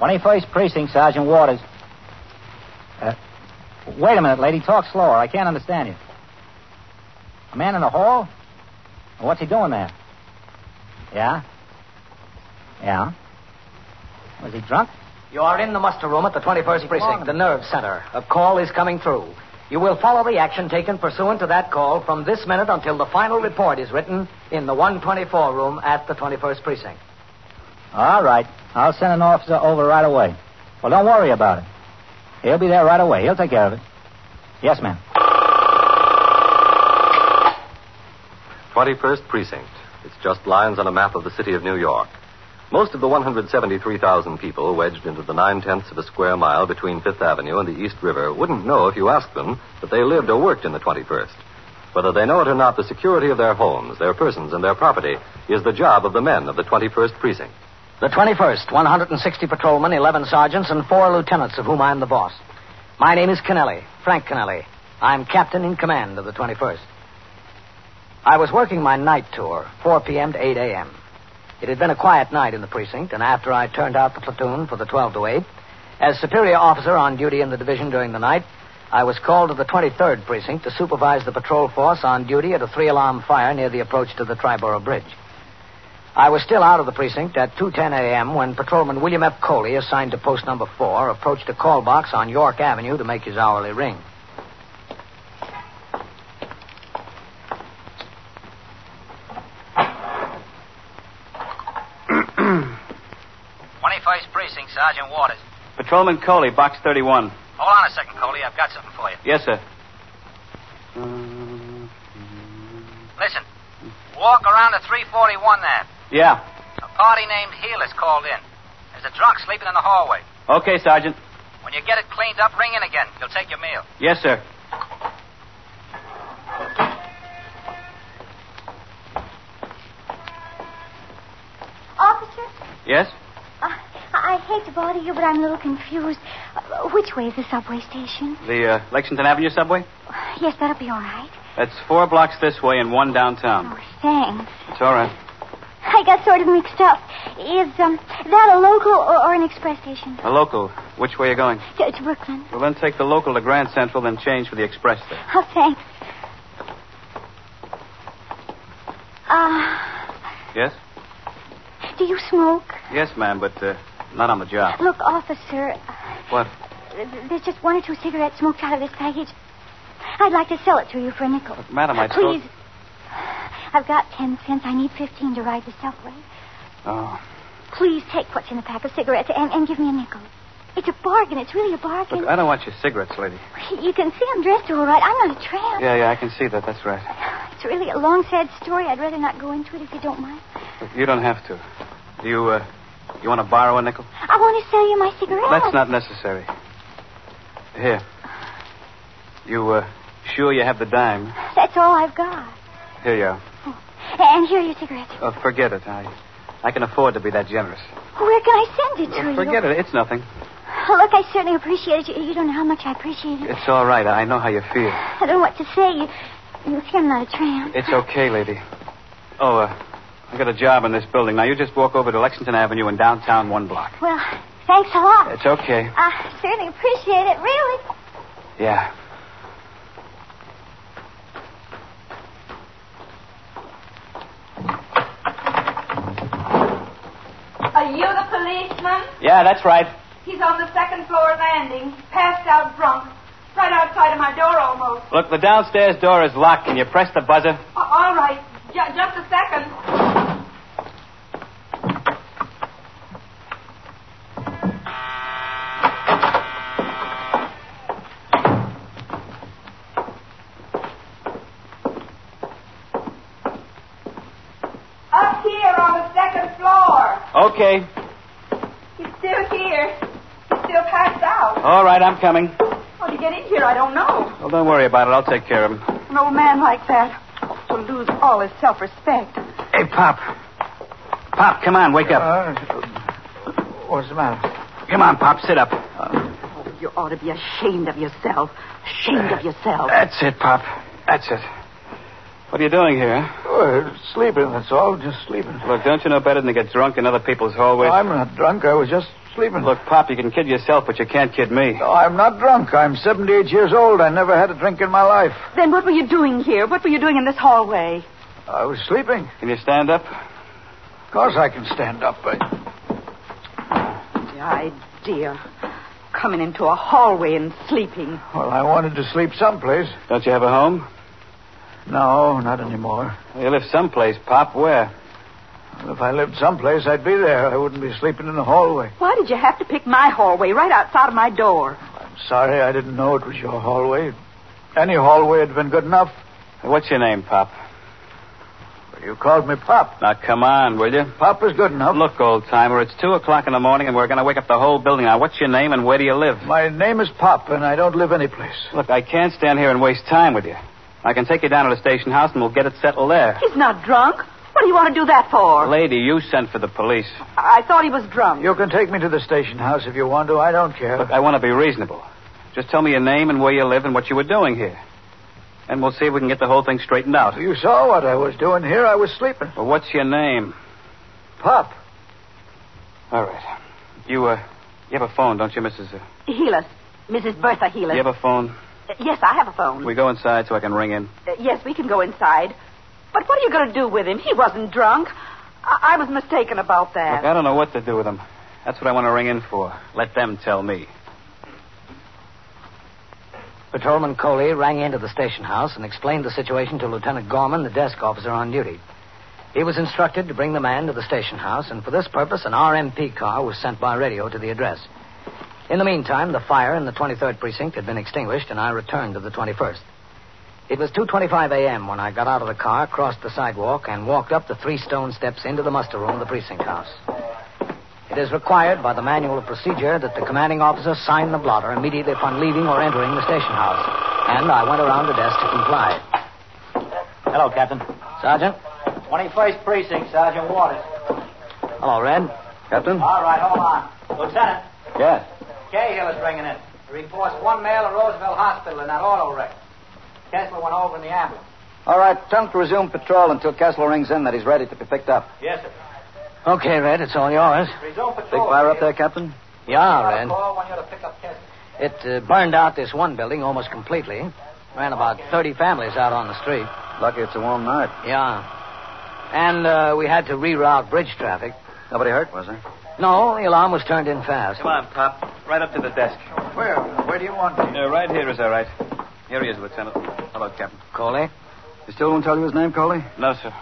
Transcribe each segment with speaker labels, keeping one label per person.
Speaker 1: 21st Precinct, Sergeant Waters. Uh, wait a minute, lady. Talk slower. I can't understand you. A man in the hall? What's he doing there? Yeah? Yeah? Was he drunk?
Speaker 2: You are in the muster room at the 21st Precinct, the nerve center. A call is coming through. You will follow the action taken pursuant to that call from this minute until the final report is written in the 124 room at the 21st Precinct.
Speaker 1: All right. I'll send an officer over right away. Well, don't worry about it. He'll be there right away. He'll take care of it. Yes, ma'am.
Speaker 3: 21st Precinct. It's just lines on a map of the city of New York. Most of the 173,000 people wedged into the nine tenths of a square mile between Fifth Avenue and the East River wouldn't know if you asked them that they lived or worked in the 21st. Whether they know it or not, the security of their homes, their persons, and their property is the job of the men of the 21st Precinct.
Speaker 2: The 21st, 160 patrolmen, 11 sergeants, and four lieutenants, of whom I'm the boss. My name is Kennelly, Frank Kennelly. I'm captain in command of the 21st. I was working my night tour, 4 p.m. to 8 a.m. It had been a quiet night in the precinct, and after I turned out the platoon for the 12 to 8, as superior officer on duty in the division during the night, I was called to the 23rd precinct to supervise the patrol force on duty at a three alarm fire near the approach to the Triborough Bridge. I was still out of the precinct at 2:10 a.m. when patrolman William F. Coley, assigned to post number 4, approached a call box on York Avenue to make his hourly ring.
Speaker 4: Twenty-first Precinct, Sergeant Waters.
Speaker 5: Patrolman Coley, box 31.
Speaker 4: Hold on a second, Coley. I've got something for you.
Speaker 5: Yes, sir.
Speaker 4: Listen, walk around to 341 there.
Speaker 5: Yeah.
Speaker 4: A party named Heel is called in. There's a drunk sleeping in the hallway.
Speaker 5: Okay, Sergeant.
Speaker 4: When you get it cleaned up, ring in again. You'll take your meal.
Speaker 5: Yes, sir.
Speaker 6: Officer,
Speaker 5: Yes?
Speaker 6: I, I hate to bother you, but I'm a little confused. Uh, which way is the subway station?
Speaker 5: The uh, Lexington Avenue subway?
Speaker 6: Yes, that'll be all right.
Speaker 5: That's four blocks this way and one downtown.
Speaker 6: Thanks.
Speaker 5: It's all right.
Speaker 6: I got sort of mixed up. Is um, that a local or, or an express station?
Speaker 5: A local. Which way are you going?
Speaker 6: To, to Brooklyn.
Speaker 5: Well, then take the local to Grand Central, then change for the express there.
Speaker 6: Oh, thanks. Ah,
Speaker 5: Yes?
Speaker 6: do you smoke?
Speaker 5: Yes, ma'am, but uh, not on the job.
Speaker 6: Look, officer,
Speaker 5: What?
Speaker 6: th- there's just one or two cigarettes smoked out of this package. I'd like to sell it to you for a nickel.
Speaker 5: Madam, I told-
Speaker 6: Please. I've got ten cents. I need fifteen to ride the subway.
Speaker 5: Oh.
Speaker 6: Please take what's in the pack of cigarettes and, and give me a nickel. It's a bargain. It's really a bargain.
Speaker 5: Look, I don't want your cigarettes, lady.
Speaker 6: You can see I'm dressed all right. I'm not a tramp.
Speaker 5: Yeah, yeah, I can see that. That's right.
Speaker 6: It's really a long, sad story. I'd rather not go into it if you don't mind.
Speaker 5: Look, you don't have to. Do you, uh, you want to borrow a nickel?
Speaker 6: I want to sell you my cigarettes.
Speaker 5: That's not necessary. Here. You, uh, sure you have the dime?
Speaker 6: That's all I've got.
Speaker 5: Here you are.
Speaker 6: And here are your cigarettes.
Speaker 5: Oh, forget it. I, I can afford to be that generous.
Speaker 6: Where can I send it to you?
Speaker 5: Forget it. It's nothing.
Speaker 6: Oh, look, I certainly appreciate it. You, you don't know how much I appreciate it.
Speaker 5: It's all right. I know how you feel.
Speaker 6: I don't know what to say. You, you see, I'm not a tramp.
Speaker 5: It's okay, lady. Oh, uh, I got a job in this building. Now you just walk over to Lexington Avenue and downtown one block.
Speaker 6: Well, thanks a lot.
Speaker 5: It's okay.
Speaker 6: I certainly appreciate it, really.
Speaker 5: Yeah.
Speaker 7: Are you the policeman?
Speaker 5: Yeah, that's right.
Speaker 7: He's on the second floor landing, passed out drunk, right outside of my door almost.
Speaker 5: Look, the downstairs door is locked. Can you press the buzzer?
Speaker 7: A- all right, Ju- just a second. Up here on the second floor.
Speaker 5: Okay.
Speaker 7: He's still here. He's still passed out.
Speaker 5: All right, I'm coming.
Speaker 7: How to get in here, I don't know.
Speaker 5: Well, don't worry about it. I'll take care of him.
Speaker 7: An old man like that will lose all his self-respect.
Speaker 5: Hey, Pop. Pop, come on, wake up.
Speaker 8: Uh, What's the matter?
Speaker 5: Come on, Pop, sit up.
Speaker 9: You ought to be ashamed of yourself. Ashamed of yourself.
Speaker 5: That's it, Pop. That's it. What are you doing here?
Speaker 8: Oh, sleeping, that's all. Just sleeping.
Speaker 5: Look, don't you know better than to get drunk in other people's hallways?
Speaker 8: I'm not drunk. I was just sleeping. Oh,
Speaker 5: Look, Pop, you can kid yourself, but you can't kid me.
Speaker 8: No, I'm not drunk. I'm 78 years old. I never had a drink in my life.
Speaker 7: Then what were you doing here? What were you doing in this hallway?
Speaker 8: I was sleeping.
Speaker 5: Can you stand up?
Speaker 8: Of course I can stand up. I...
Speaker 7: The idea. Coming into a hallway and sleeping.
Speaker 8: Well, I wanted to sleep someplace.
Speaker 5: Don't you have a home?
Speaker 8: No, not anymore.
Speaker 5: You live someplace, Pop. Where?
Speaker 8: Well, if I lived someplace, I'd be there. I wouldn't be sleeping in the hallway.
Speaker 7: Why did you have to pick my hallway right outside of my door?
Speaker 8: I'm sorry I didn't know it was your hallway. Any hallway had been good enough.
Speaker 5: What's your name, Pop?
Speaker 8: But you called me Pop.
Speaker 5: Now, come on, will you?
Speaker 8: Pop is good enough.
Speaker 5: Look, old timer, it's 2 o'clock in the morning, and we're going to wake up the whole building. Now, what's your name, and where do you live?
Speaker 8: My name is Pop, and I don't live anyplace.
Speaker 5: Look, I can't stand here and waste time with you. I can take you down to the station house, and we'll get it settled there.
Speaker 7: He's not drunk. What do you want to do that for?
Speaker 5: Lady, you sent for the police.
Speaker 7: I thought he was drunk.
Speaker 8: You can take me to the station house if you want to. I don't care.
Speaker 5: Look, I want to be reasonable. Just tell me your name and where you live and what you were doing here. And we'll see if we can get the whole thing straightened out.
Speaker 8: You saw what I was doing here. I was sleeping.
Speaker 5: Well, what's your name?
Speaker 8: Pop.
Speaker 5: All right. You, uh, you have a phone, don't you, Mrs. Uh,
Speaker 7: Helis. Mrs. Bertha Helis.
Speaker 5: you have a phone?
Speaker 8: Mm-hmm.
Speaker 7: Uh, Yes, I have a phone.
Speaker 5: We go inside so I can ring in.
Speaker 7: Uh, yes, we can go inside. But what are you going to do with him? He wasn't drunk. I, I was mistaken about that.
Speaker 5: Look, I don't know what to do with them. That's what I want to ring in for. Let them tell me.
Speaker 2: Patrolman Coley rang into the station house and explained the situation to Lieutenant Gorman, the desk officer on duty. He was instructed to bring the man to the station house, and for this purpose, an RMP car was sent by radio to the address. In the meantime, the fire in the 23rd precinct had been extinguished, and I returned to the 21st. It was 2:25 a.m. when I got out of the car, crossed the sidewalk, and walked up the three stone steps into the muster room of the precinct house. It is required by the manual of procedure that the commanding officer sign the blotter immediately upon leaving or entering the station house. And I went around the desk to comply.
Speaker 1: Hello, Captain.
Speaker 2: Sergeant?
Speaker 1: 21st Precinct, Sergeant Waters.
Speaker 2: Hello, Red. Ah. Captain?
Speaker 1: All right, hold on. Lieutenant,
Speaker 2: Yes.
Speaker 1: Cahill is ringing in. He reports one male at Roosevelt Hospital in that auto wreck. Kessler went over in the ambulance.
Speaker 2: All right, tell him to resume patrol until Kessler rings in that he's ready to be picked up.
Speaker 1: Yes, sir.
Speaker 2: Okay, Red, it's all yours.
Speaker 1: Resume patrol.
Speaker 2: Captain? Yeah, Red.
Speaker 1: Call when you're to pick up Kessler.
Speaker 2: It uh, burned out this one building almost completely. Ran about 30 families out on the street.
Speaker 3: Lucky it's a warm night.
Speaker 2: Yeah. And uh, we had to reroute bridge traffic.
Speaker 3: Nobody hurt, was there?
Speaker 2: No, the alarm was turned in fast.
Speaker 5: Come on, Pop. Right up to the desk.
Speaker 8: Where? Where do you want me?
Speaker 5: Uh, right here is all right. Here he is, Lieutenant. Hello, Captain.
Speaker 2: Coley?
Speaker 3: You still won't tell you his name, Coley?
Speaker 5: No, sir.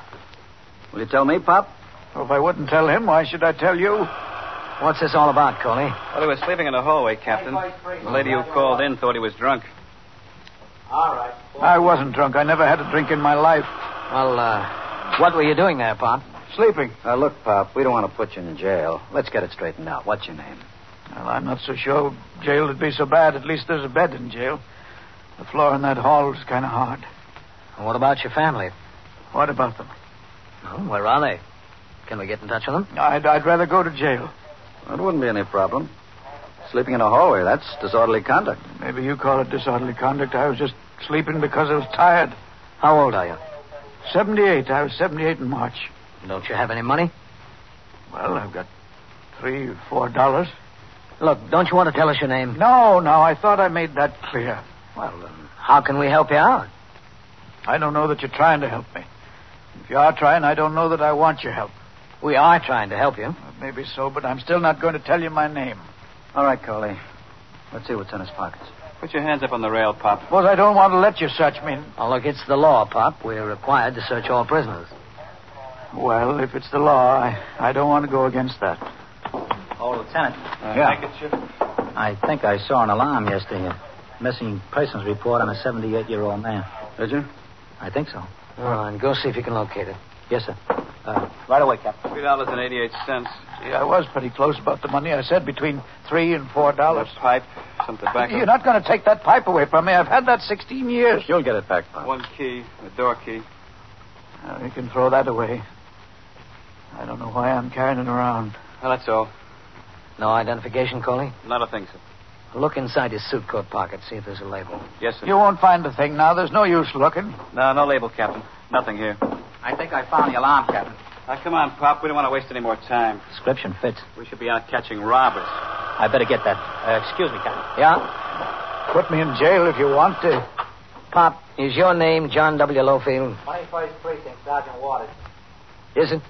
Speaker 3: Will you tell me, Pop?
Speaker 8: Well, if I wouldn't tell him, why should I tell you?
Speaker 2: What's this all about, Coley?
Speaker 5: Well, he was sleeping in the hallway, Captain. The lady who called in thought he was drunk.
Speaker 1: All right.
Speaker 8: I wasn't drunk. I never had a drink in my life.
Speaker 2: Well, uh, what were you doing there, Pop?
Speaker 8: Sleeping.
Speaker 3: Now, Uh, look, Pop, we don't want to put you in jail. Let's get it straightened out. What's your name?
Speaker 8: Well, I'm not so sure jail would be so bad. At least there's a bed in jail. The floor in that hall is kind of hard.
Speaker 2: And what about your family?
Speaker 8: What about them?
Speaker 2: Oh, where are they? Can we get in touch with them?
Speaker 8: I'd, I'd rather go to jail.
Speaker 3: That wouldn't be any problem. Sleeping in a hallway, that's disorderly conduct.
Speaker 8: Maybe you call it disorderly conduct. I was just sleeping because I was tired.
Speaker 2: How old are you?
Speaker 8: 78. I was 78 in March.
Speaker 2: Don't you have any money?
Speaker 8: Well, I've got three, four dollars.
Speaker 2: Look, don't you want to tell us your name?
Speaker 8: No, no, I thought I made that clear.
Speaker 2: Well, then, how can we help you out?
Speaker 8: I don't know that you're trying to help me. If you are trying, I don't know that I want your help.
Speaker 2: We are trying to help you.
Speaker 8: Maybe so, but I'm still not going to tell you my name.
Speaker 3: All right, Coley. Let's see what's in his pockets.
Speaker 5: Put your hands up on the rail, Pop.
Speaker 8: Suppose I don't want to let you search me.
Speaker 2: Oh, look, it's the law, Pop. We're required to search all prisoners.
Speaker 8: Well, if it's the law, I, I don't want to go against that.
Speaker 1: Oh, Lieutenant,
Speaker 8: yeah.
Speaker 1: I think I saw an alarm yesterday. A missing persons report on a 78 year old man.
Speaker 3: Did you?
Speaker 1: I think so.
Speaker 2: All right, go see if you can locate it.
Speaker 1: Yes, sir. Uh, right away, Captain.
Speaker 5: Three dollars and eighty-eight cents.
Speaker 8: Gee, I was pretty close about the money. I said between three and four dollars.
Speaker 5: pipe, some tobacco,
Speaker 8: You're not going to take that pipe away from me. I've had that 16 years.
Speaker 3: You'll get it back, Pop.
Speaker 5: one key, a door key.
Speaker 8: Uh, you can throw that away. I don't know why I'm carrying it around.
Speaker 5: Well, that's all.
Speaker 2: No identification, Coley?
Speaker 5: Not a thing, sir.
Speaker 2: Look inside his suit coat pocket, see if there's a label.
Speaker 5: Yes, sir.
Speaker 8: You won't find the thing now. There's no use looking.
Speaker 5: No, no label, Captain. Nothing here.
Speaker 1: I think I found the alarm, Captain.
Speaker 5: Now, come on, Pop. We don't want to waste any more time.
Speaker 1: Description fits.
Speaker 5: We should be out catching robbers.
Speaker 1: I better get that. Uh, excuse me, Captain.
Speaker 2: Yeah?
Speaker 8: Put me in jail if you want to.
Speaker 2: Pop, is your name John W. Lowfield?
Speaker 1: 21st Precinct, Sergeant Waters.
Speaker 2: Is it?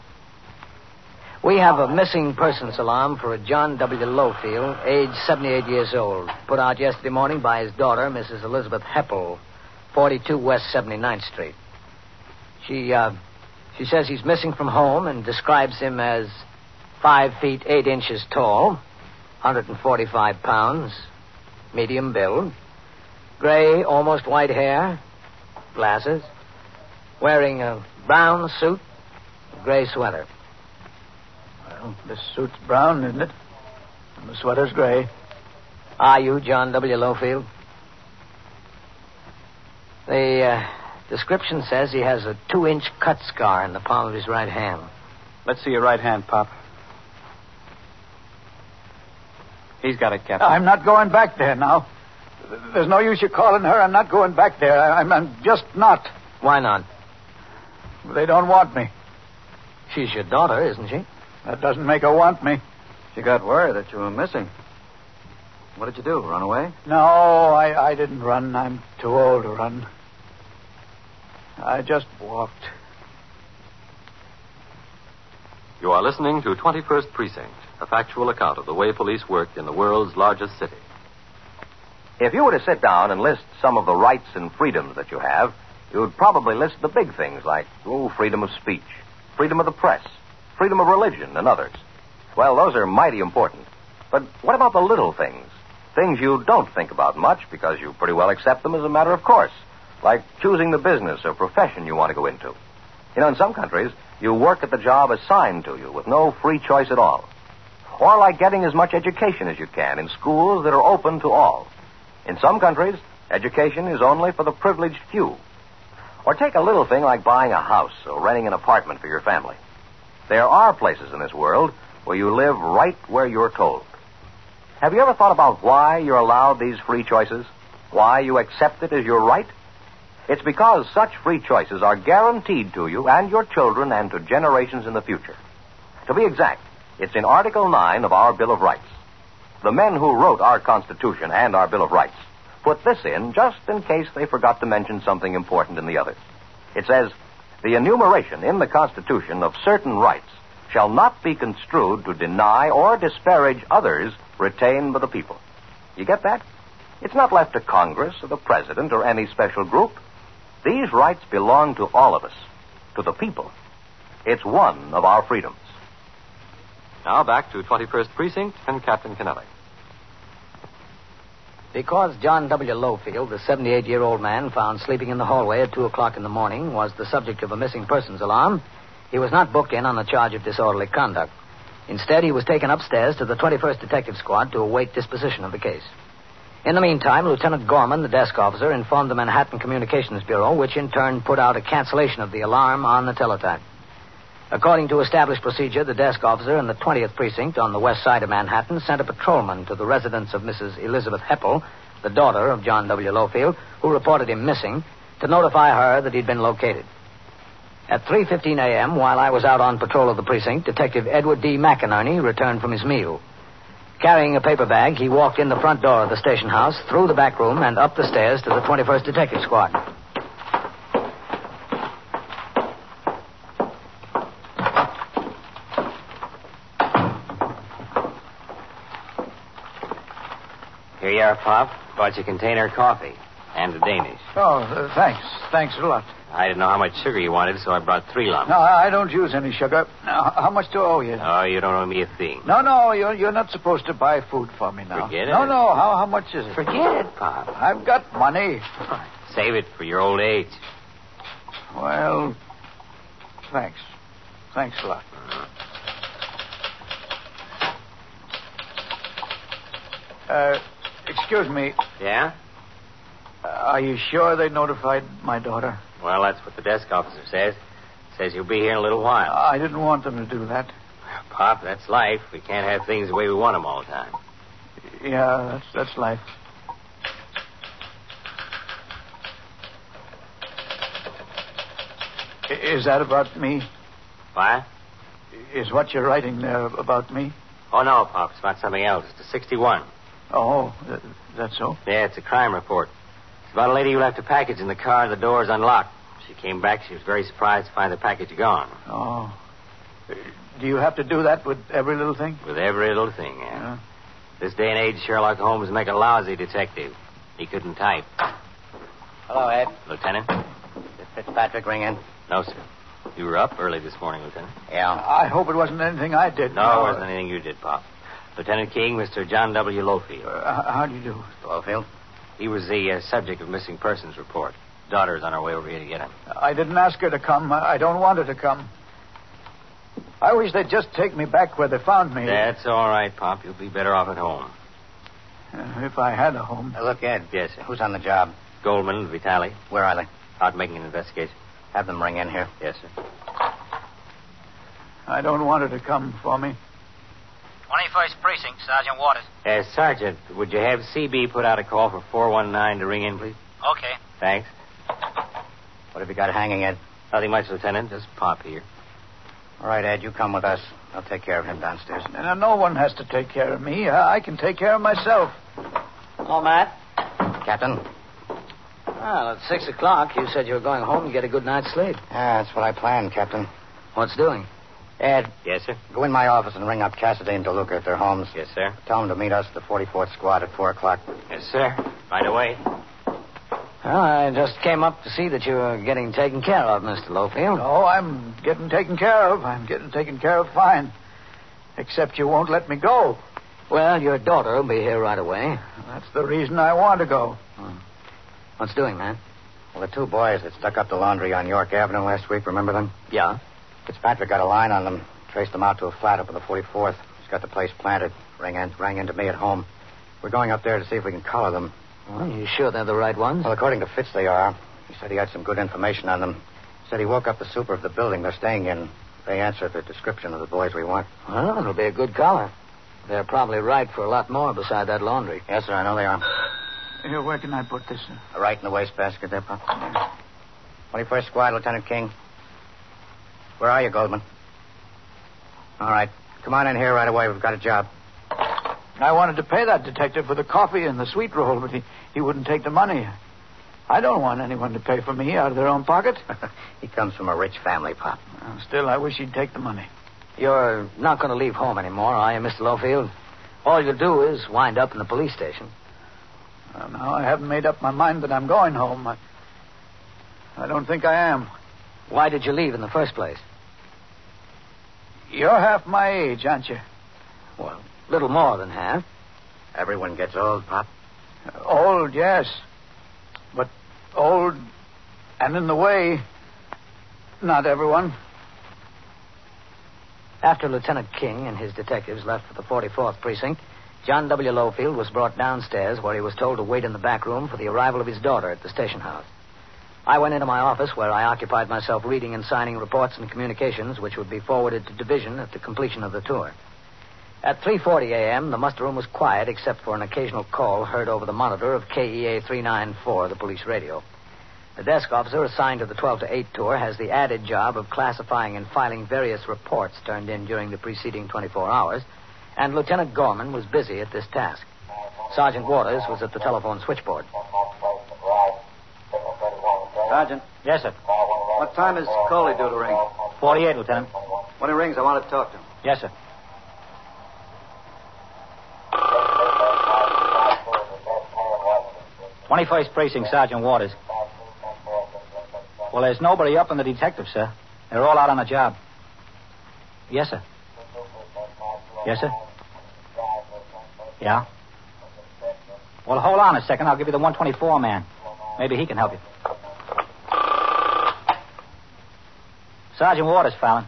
Speaker 2: We have a missing persons alarm for a John W. Lowfield, age 78 years old, put out yesterday morning by his daughter, Mrs. Elizabeth Heppel, 42 West 79th Street. She, uh, she says he's missing from home and describes him as 5 feet 8 inches tall, 145 pounds, medium build, gray, almost white hair, glasses, wearing a brown suit, a gray sweater.
Speaker 8: Well, this suit's brown, isn't it? And the sweater's gray.
Speaker 2: Are you John W. Lowfield? The uh, description says he has a two inch cut scar in the palm of his right hand.
Speaker 5: Let's see your right hand, Pop. He's got it, Captain.
Speaker 8: I'm not going back there now. There's no use you calling her. I'm not going back there. I- I'm, I'm just not.
Speaker 2: Why not?
Speaker 8: They don't want me.
Speaker 2: She's your daughter, isn't she?
Speaker 8: That doesn't make her want me.
Speaker 3: She got word that you were missing. What did you do? Run away?
Speaker 8: No, I, I didn't run. I'm too old to run. I just walked.
Speaker 3: You are listening to 21st Precinct, a factual account of the way police work in the world's largest city.
Speaker 10: If you were to sit down and list some of the rights and freedoms that you have, you would probably list the big things like, oh, freedom of speech, freedom of the press, freedom of religion, and others. Well, those are mighty important. But what about the little things? Things you don't think about much because you pretty well accept them as a matter of course, like choosing the business or profession you want to go into. You know, in some countries, you work at the job assigned to you with no free choice at all. Or like getting as much education as you can in schools that are open to all. In some countries, education is only for the privileged few. Or take a little thing like buying a house or renting an apartment for your family. There are places in this world where you live right where you're told. Have you ever thought about why you're allowed these free choices? Why you accept it as your right? It's because such free choices are guaranteed to you and your children and to generations in the future. To be exact, it's in Article 9 of our Bill of Rights. The men who wrote our Constitution and our Bill of Rights put this in just in case they forgot to mention something important in the others. It says, The enumeration in the Constitution of certain rights shall not be construed to deny or disparage others retained by the people. You get that? It's not left to Congress or the President or any special group. These rights belong to all of us, to the people. It's one of our freedoms.
Speaker 3: Now back to 21st Precinct and Captain Kennelly.
Speaker 2: Because John W. Lowfield, the 78 year old man found sleeping in the hallway at 2 o'clock in the morning, was the subject of a missing persons alarm, he was not booked in on the charge of disorderly conduct. Instead, he was taken upstairs to the 21st Detective Squad to await disposition of the case. In the meantime, Lieutenant Gorman, the desk officer, informed the Manhattan Communications Bureau, which in turn put out a cancellation of the alarm on the teletype. According to established procedure, the desk officer in the 20th precinct on the west side of Manhattan sent a patrolman to the residence of Mrs. Elizabeth Heppel, the daughter of John W. Lowfield, who reported him missing, to notify her that he'd been located. At 3:15 a.m., while I was out on patrol of the precinct, Detective Edward D. McInerney returned from his meal. Carrying a paper bag, he walked in the front door of the station house, through the back room, and up the stairs to the 21st Detective Squad.
Speaker 11: Here you are, Pop. Bought you a container of coffee and a Danish.
Speaker 8: Oh, uh, thanks. Thanks a lot.
Speaker 11: I didn't know how much sugar you wanted, so I brought three lumps.
Speaker 8: No, I I don't use any sugar. Now, how much do I owe you?
Speaker 11: Oh, you don't owe me a thing.
Speaker 8: No, no, you're, you're not supposed to buy food for me now.
Speaker 11: Forget
Speaker 8: No,
Speaker 11: it.
Speaker 8: no. How, how much is it?
Speaker 11: Forget it, Pop.
Speaker 8: I've got money.
Speaker 11: Save it for your old age.
Speaker 8: Well, thanks. Thanks a lot. Uh, excuse me. Uh,
Speaker 11: Yeah?
Speaker 8: Are you sure they notified my daughter?
Speaker 11: Well, that's what the desk officer says. Says you'll be here in a little while.
Speaker 8: I didn't want them to do that.
Speaker 11: Pop, that's life. We can't have things the way we want them all the time.
Speaker 8: Yeah, that's that's life. I- Is that about me?
Speaker 11: Why?
Speaker 8: Is what you're writing there about me?
Speaker 11: Oh, no, Pop. It's about something else. It's to 61.
Speaker 8: Oh, th- that's so?
Speaker 11: Yeah, it's a crime report. It's about a lady who left a package in the car. The door's unlocked. She came back. She was very surprised to find the package gone.
Speaker 8: Oh. Do you have to do that with every little thing?
Speaker 11: With every little thing, yeah. This day and age, Sherlock Holmes make a lousy detective. He couldn't type.
Speaker 12: Hello, Ed.
Speaker 11: Lieutenant?
Speaker 12: Did Fitzpatrick ring in?
Speaker 11: No, sir. You were up early this morning, Lieutenant.
Speaker 12: Yeah.
Speaker 8: I hope it wasn't anything I did.
Speaker 11: No, it wasn't anything you did, Pop. Lieutenant King, Mr. John W. Lowfield.
Speaker 8: Uh, how do you do?
Speaker 12: Lowfield?
Speaker 11: He was the uh, subject of missing persons report. Daughter's on her way over here to get him.
Speaker 8: I didn't ask her to come. I I don't want her to come. I wish they'd just take me back where they found me.
Speaker 11: That's all right, Pop. You'll be better off at home.
Speaker 8: Uh, If I had a home.
Speaker 12: look, Ed.
Speaker 11: Yes, sir.
Speaker 12: Who's on the job?
Speaker 11: Goldman and Vitale.
Speaker 12: Where are they?
Speaker 11: Out making an investigation.
Speaker 12: Have them ring in here.
Speaker 11: Yes, sir.
Speaker 8: I don't want her to come for me.
Speaker 1: 21st Precinct, Sergeant Waters.
Speaker 11: Uh, Sergeant, would you have CB put out a call for 419 to ring in, please?
Speaker 1: Okay.
Speaker 11: Thanks.
Speaker 12: What have you got hanging, Ed?
Speaker 11: Nothing much, Lieutenant. Just Pop here.
Speaker 12: All right, Ed, you come with us. I'll take care of him downstairs.
Speaker 8: Now, Uh, no one has to take care of me. Uh, I I can take care of myself.
Speaker 2: Hello, Matt.
Speaker 12: Captain?
Speaker 2: Well, at six o'clock, you said you were going home and get a good night's sleep.
Speaker 12: Yeah, that's what I planned, Captain.
Speaker 2: What's doing?
Speaker 12: Ed,
Speaker 11: Yes, sir.
Speaker 12: go in my office and ring up Cassidy and DeLuca at their homes.
Speaker 11: Yes, sir.
Speaker 12: Tell them to meet us at the 44th Squad at 4 o'clock.
Speaker 11: Yes, sir. Right away.
Speaker 2: Well, I just came up to see that you were getting taken care of, Mr. Lowfield.
Speaker 8: Oh, I'm getting taken care of. I'm getting taken care of fine. Except you won't let me go.
Speaker 2: Well, your daughter will be here right away.
Speaker 8: That's the reason I want to go.
Speaker 2: What's doing, Matt?
Speaker 12: Well, the two boys that stuck up the laundry on York Avenue last week, remember them?
Speaker 2: Yeah.
Speaker 12: Fitzpatrick got a line on them, traced them out to a flat up on the 44th. He's got the place planted. Rang in, rang into me at home. We're going up there to see if we can collar them.
Speaker 2: Well, you sure they're the right ones?
Speaker 12: Well, according to Fitz, they are. He said he had some good information on them. Said he woke up the super of the building they're staying in. They answered the description of the boys we want.
Speaker 2: Well, it'll be a good collar. They're probably right for a lot more beside that laundry.
Speaker 12: Yes, sir, I know they are.
Speaker 8: Here, where can I put this? sir?
Speaker 12: Right in the wastebasket there, Pop. 21st Squad, Lieutenant King. Where are you, Goldman? All right. Come on in here right away. We've got a job.
Speaker 8: I wanted to pay that detective for the coffee and the sweet roll, but he, he wouldn't take the money. I don't want anyone to pay for me out of their own pocket.
Speaker 12: He comes from a rich family, Pop.
Speaker 8: Uh, Still, I wish he'd take the money.
Speaker 2: You're not going to leave home anymore, are you, Mr. Lowfield? All you'll do is wind up in the police station.
Speaker 8: Uh, now, I haven't made up my mind that I'm going home. I, I don't think I am.
Speaker 2: Why did you leave in the first place?
Speaker 8: You're half my age, aren't you?
Speaker 2: Well, little more than half.
Speaker 12: Everyone gets old, Pop.
Speaker 8: Uh, Old, yes. But old and in the way. Not everyone.
Speaker 2: After Lieutenant King and his detectives left for the 44th precinct, John W. Lowfield was brought downstairs where he was told to wait in the back room for the arrival of his daughter at the station house. I went into my office where I occupied myself reading and signing reports and communications which would be forwarded to division at the completion of the tour. At 3:40 a.m., the muster room was quiet except for an occasional call heard over the monitor of E KEA 394, the police radio. The desk officer assigned to the 12 to 8 tour has the added job of classifying and filing various reports turned in during the preceding 24 hours, and Lieutenant Gorman was busy at this task. Sergeant Waters was at the telephone switchboard.
Speaker 12: Sergeant.
Speaker 1: Yes, sir.
Speaker 12: What time is Coley due to ring?
Speaker 1: 48, Lieutenant.
Speaker 12: When he rings, I want to talk to him.
Speaker 1: Yes, sir. Twenty-first precinct, Sergeant Waters. Well, there's nobody up in the detective, sir. They're all out on the job. Yes, sir. Yes, sir. Yeah. Well, hold on a second. I'll give you the 124 man. Maybe he can help you. Sergeant Waters, Fallon.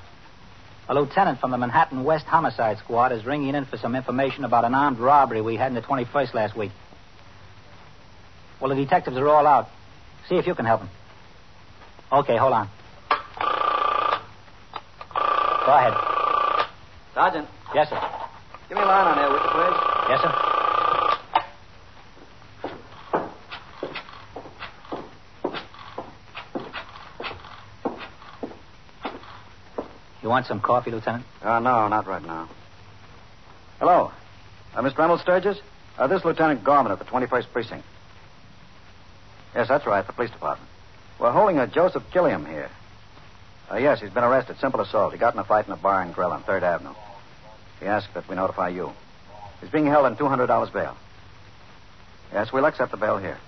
Speaker 1: A lieutenant from the Manhattan West Homicide Squad is ringing in for some information about an armed robbery we had in the 21st last week. Well, the detectives are all out. See if you can help them. Okay, hold on. Go ahead.
Speaker 2: Sergeant,
Speaker 1: Yes, sir.
Speaker 2: give me a line on there, would you, please?
Speaker 1: Yes, sir. You You want some coffee, Lieutenant?
Speaker 13: Uh, no, not right now. Hello. Uh, Mr. Reynolds Sturgis? Uh, this is Lieutenant Gorman at the 21st Precinct. Yes, that's right, the police department. We're holding a Joseph Gilliam here. Uh, yes, he's been arrested. Simple assault. He got in a fight in a bar and grill on 3rd Avenue. He asked that we notify you. He's being held on $200 bail. Yes, we'll accept the bail here.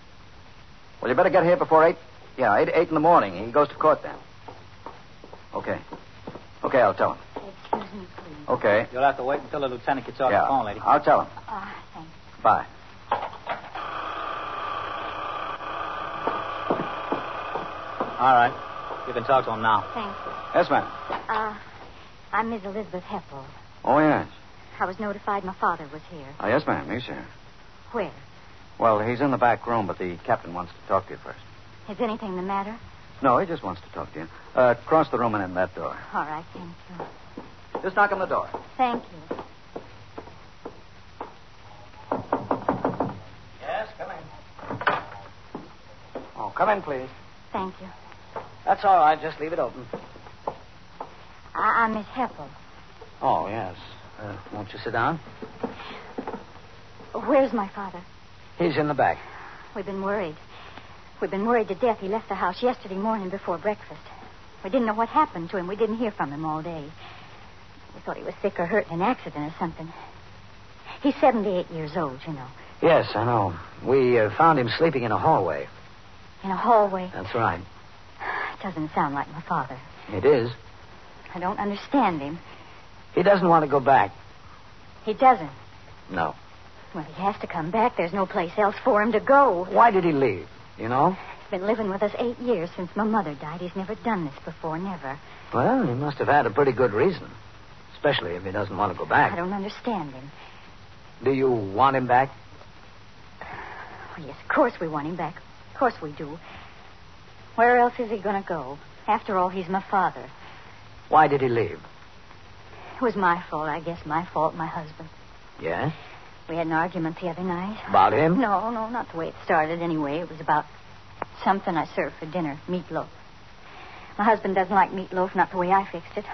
Speaker 13: Well, you better get here before 8. Yeah, 8, 8 in the morning. He goes to court then. Okay. Okay, I'll tell him. Okay.
Speaker 1: You'll have to wait until the lieutenant gets off
Speaker 13: yeah.
Speaker 1: the phone, lady.
Speaker 13: I'll tell him.
Speaker 14: Ah, thank
Speaker 13: Bye.
Speaker 1: All right. You can talk to him now.
Speaker 14: Thanks.
Speaker 13: Yes, ma'am.
Speaker 14: Uh, I'm Miss Elizabeth Heppel.
Speaker 13: Oh, yes.
Speaker 14: I was notified my father was here.
Speaker 13: Oh, yes, ma'am. He's here.
Speaker 14: Where?
Speaker 13: Well, he's in the back room, but the captain wants to talk to you first.
Speaker 14: Is anything the matter?
Speaker 13: No, he just wants to talk to you. Uh, cross the room and in that door.
Speaker 14: All right, thank you.
Speaker 13: Just knock on the door.
Speaker 14: Thank you.
Speaker 2: Yes, come in.
Speaker 13: Oh, come in, please.
Speaker 14: Thank you.
Speaker 2: That's all right. Just leave it open.
Speaker 14: I- I'm Miss Heppel.
Speaker 2: Oh, yes. Uh, won't you sit down?
Speaker 14: Where's my father?
Speaker 2: He's in the back.
Speaker 14: We've been worried. We've been worried to death. He left the house yesterday morning before breakfast. We didn't know what happened to him. We didn't hear from him all day. We thought he was sick or hurt in an accident or something. He's 78 years old, you know,
Speaker 2: Yes, I know. We uh, found him sleeping in a hallway.
Speaker 14: in a hallway.
Speaker 2: That's right.
Speaker 14: It doesn't sound like my father.
Speaker 2: It is.
Speaker 14: I don't understand him.
Speaker 2: He doesn't want to go back.
Speaker 14: He doesn't.
Speaker 2: No.
Speaker 14: Well, he has to come back. There's no place else for him to go.
Speaker 2: Why did he leave? You know?
Speaker 14: He's been living with us eight years since my mother died. He's never done this before, never.
Speaker 2: Well, he must have had a pretty good reason. Especially if he doesn't want to go
Speaker 14: I
Speaker 2: back.
Speaker 14: don't understand him.
Speaker 2: Do you want him back?
Speaker 14: Oh, yes, of course we want him back. Of course we do. Where else is he going to go? After all, he's my father.
Speaker 2: Why did he leave?
Speaker 14: It was my fault, I guess. My fault, my husband.
Speaker 2: Yes?
Speaker 14: We had an argument the other night.
Speaker 2: About him?
Speaker 14: No, no, not the way it started anyway. It was about something I served for dinner meatloaf. My husband doesn't like meatloaf, not the way I fixed it.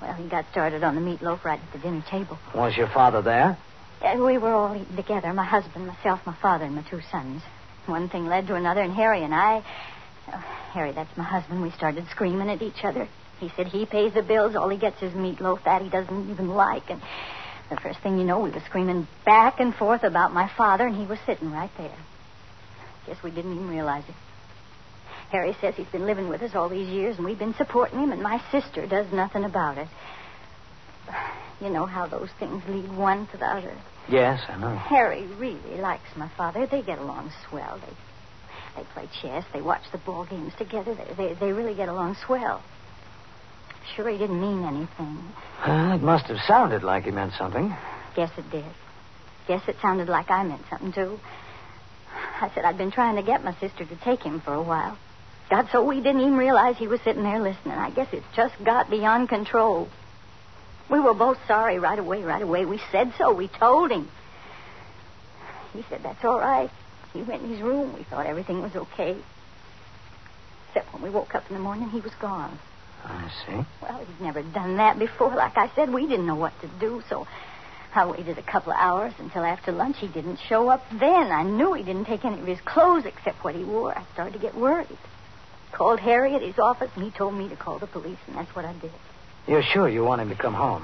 Speaker 14: Well, he got started on the meatloaf right at the dinner table.
Speaker 2: Was your father there?
Speaker 14: Uh, we were all eating together my husband, myself, my father, and my two sons. One thing led to another, and Harry and I. Oh, Harry, that's my husband. We started screaming at each other. He said he pays the bills, all he gets is meatloaf that he doesn't even like. And the first thing you know, we were screaming back and forth about my father, and he was sitting right there. Guess we didn't even realize it. Harry says he's been living with us all these years, and we've been supporting him, and my sister does nothing about it. You know how those things lead one to the other.
Speaker 2: Yes, I know.
Speaker 14: Harry really likes my father. They get along swell. They they play chess. They watch the ball games together. They they, they really get along swell. Sure, he didn't mean anything.
Speaker 2: Well, it must have sounded like he meant something.
Speaker 14: Guess it did. Guess it sounded like I meant something too. I said I'd been trying to get my sister to take him for a while. Got so we didn't even realize he was sitting there listening. I guess it just got beyond control. We were both sorry right away, right away. We said so. We told him. He said that's all right. He went in his room. We thought everything was okay. Except when we woke up in the morning, he was gone.
Speaker 2: I see.
Speaker 14: Well, he'd never done that before. Like I said, we didn't know what to do, so I waited a couple of hours until after lunch. He didn't show up then. I knew he didn't take any of his clothes except what he wore. I started to get worried. Called Harry at his office, and he told me to call the police, and that's what I did.
Speaker 2: You're sure you want him to come home?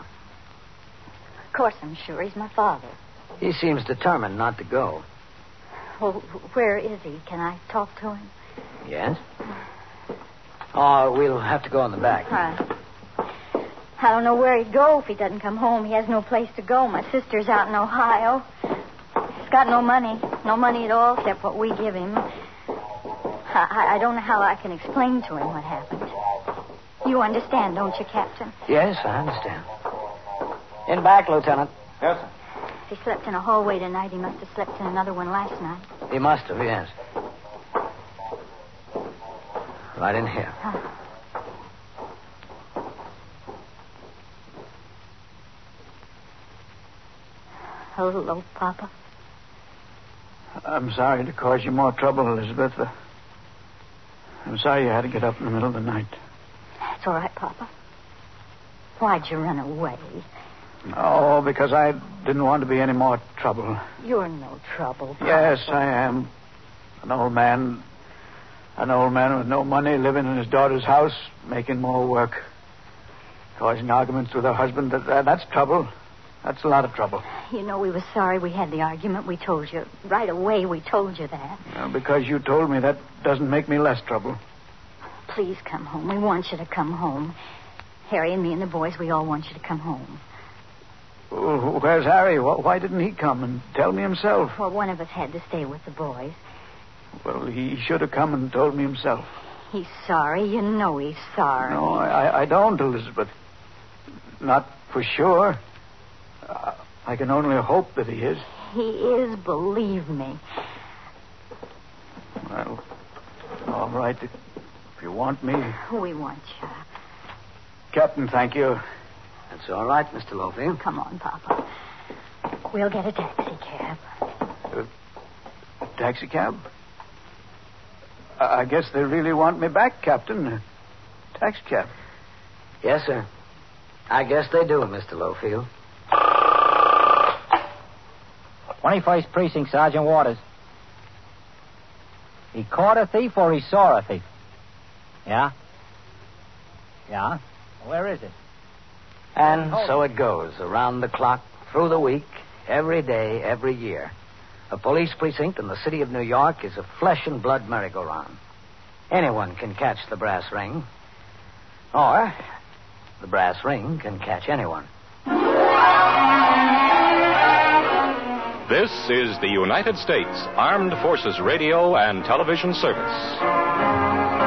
Speaker 14: Of course, I'm sure he's my father.
Speaker 2: He seems determined not to go.
Speaker 14: Well, wh- Oh, where is he? Can I talk to him?
Speaker 2: Yes? Oh, we'll have to go in the back.
Speaker 14: Huh. I don't know where he'd go if he doesn't come home. He has no place to go. My sister's out in Ohio. He's got no money. No money at all except what we give him. I, I- I don't know how I can explain to him what happened. You understand, don't you, Captain?
Speaker 2: Yes, I understand. In back, Lieutenant.
Speaker 13: Yes, sir.
Speaker 14: If he slept in a hallway tonight, he must have slept in another one last night.
Speaker 2: He must have, yes. Right in here.
Speaker 14: Hello, Papa.
Speaker 8: I'm sorry to cause you more trouble, Elizabeth. Uh, I'm sorry you had to get up in the middle of the night.
Speaker 14: It's all right, Papa. Why'd you run away?
Speaker 8: Oh, because I didn't want to be any more trouble.
Speaker 14: You're no trouble.
Speaker 8: Yes, I am. An old man. An old man with no money, living in his daughter's house, making more work. Causing arguments with her husband. That, that- that's trouble. That's a lot of trouble.
Speaker 14: You know, we were sorry we had the argument. We told you. Right away, we told you that.
Speaker 8: Now, because you told me, that doesn't make me less trouble.
Speaker 14: Please come home. We want you to come home. Harry and me and the boys, we all want you to come home.
Speaker 8: Well, Where's Harry? Wh- Why didn't he come and tell me himself?
Speaker 14: Well, one of us had to stay with the boys.
Speaker 8: Well, he should have come and told me himself.
Speaker 14: He's sorry. You know he's sorry.
Speaker 8: No, I, I- I don't, Elizabeth. Not for sure. Uh, I can only hope that he is.
Speaker 14: He is, believe me.
Speaker 8: Well, all right. If you want me.
Speaker 14: We want you.
Speaker 8: Captain, thank you.
Speaker 2: That's all right, Mr. Lofi.
Speaker 14: Come on, Papa. We'll get a taxi cab.
Speaker 8: Taxi cab? I I guess they really want me back, Captain. Taxi cab.
Speaker 2: Yes, sir. I guess they do, Mr. Lowfield.
Speaker 1: 21st Precinct, Sergeant Waters. He caught a thief or he saw a thief? Yeah? Yeah? Where is it?
Speaker 2: And so it goes around the clock, through the week, every day, every year. A police precinct in the city of New York is a flesh and blood merry-go-round. Anyone can catch the brass ring, or the brass ring can catch anyone.
Speaker 15: This is the United States Armed Forces Radio and Television Service.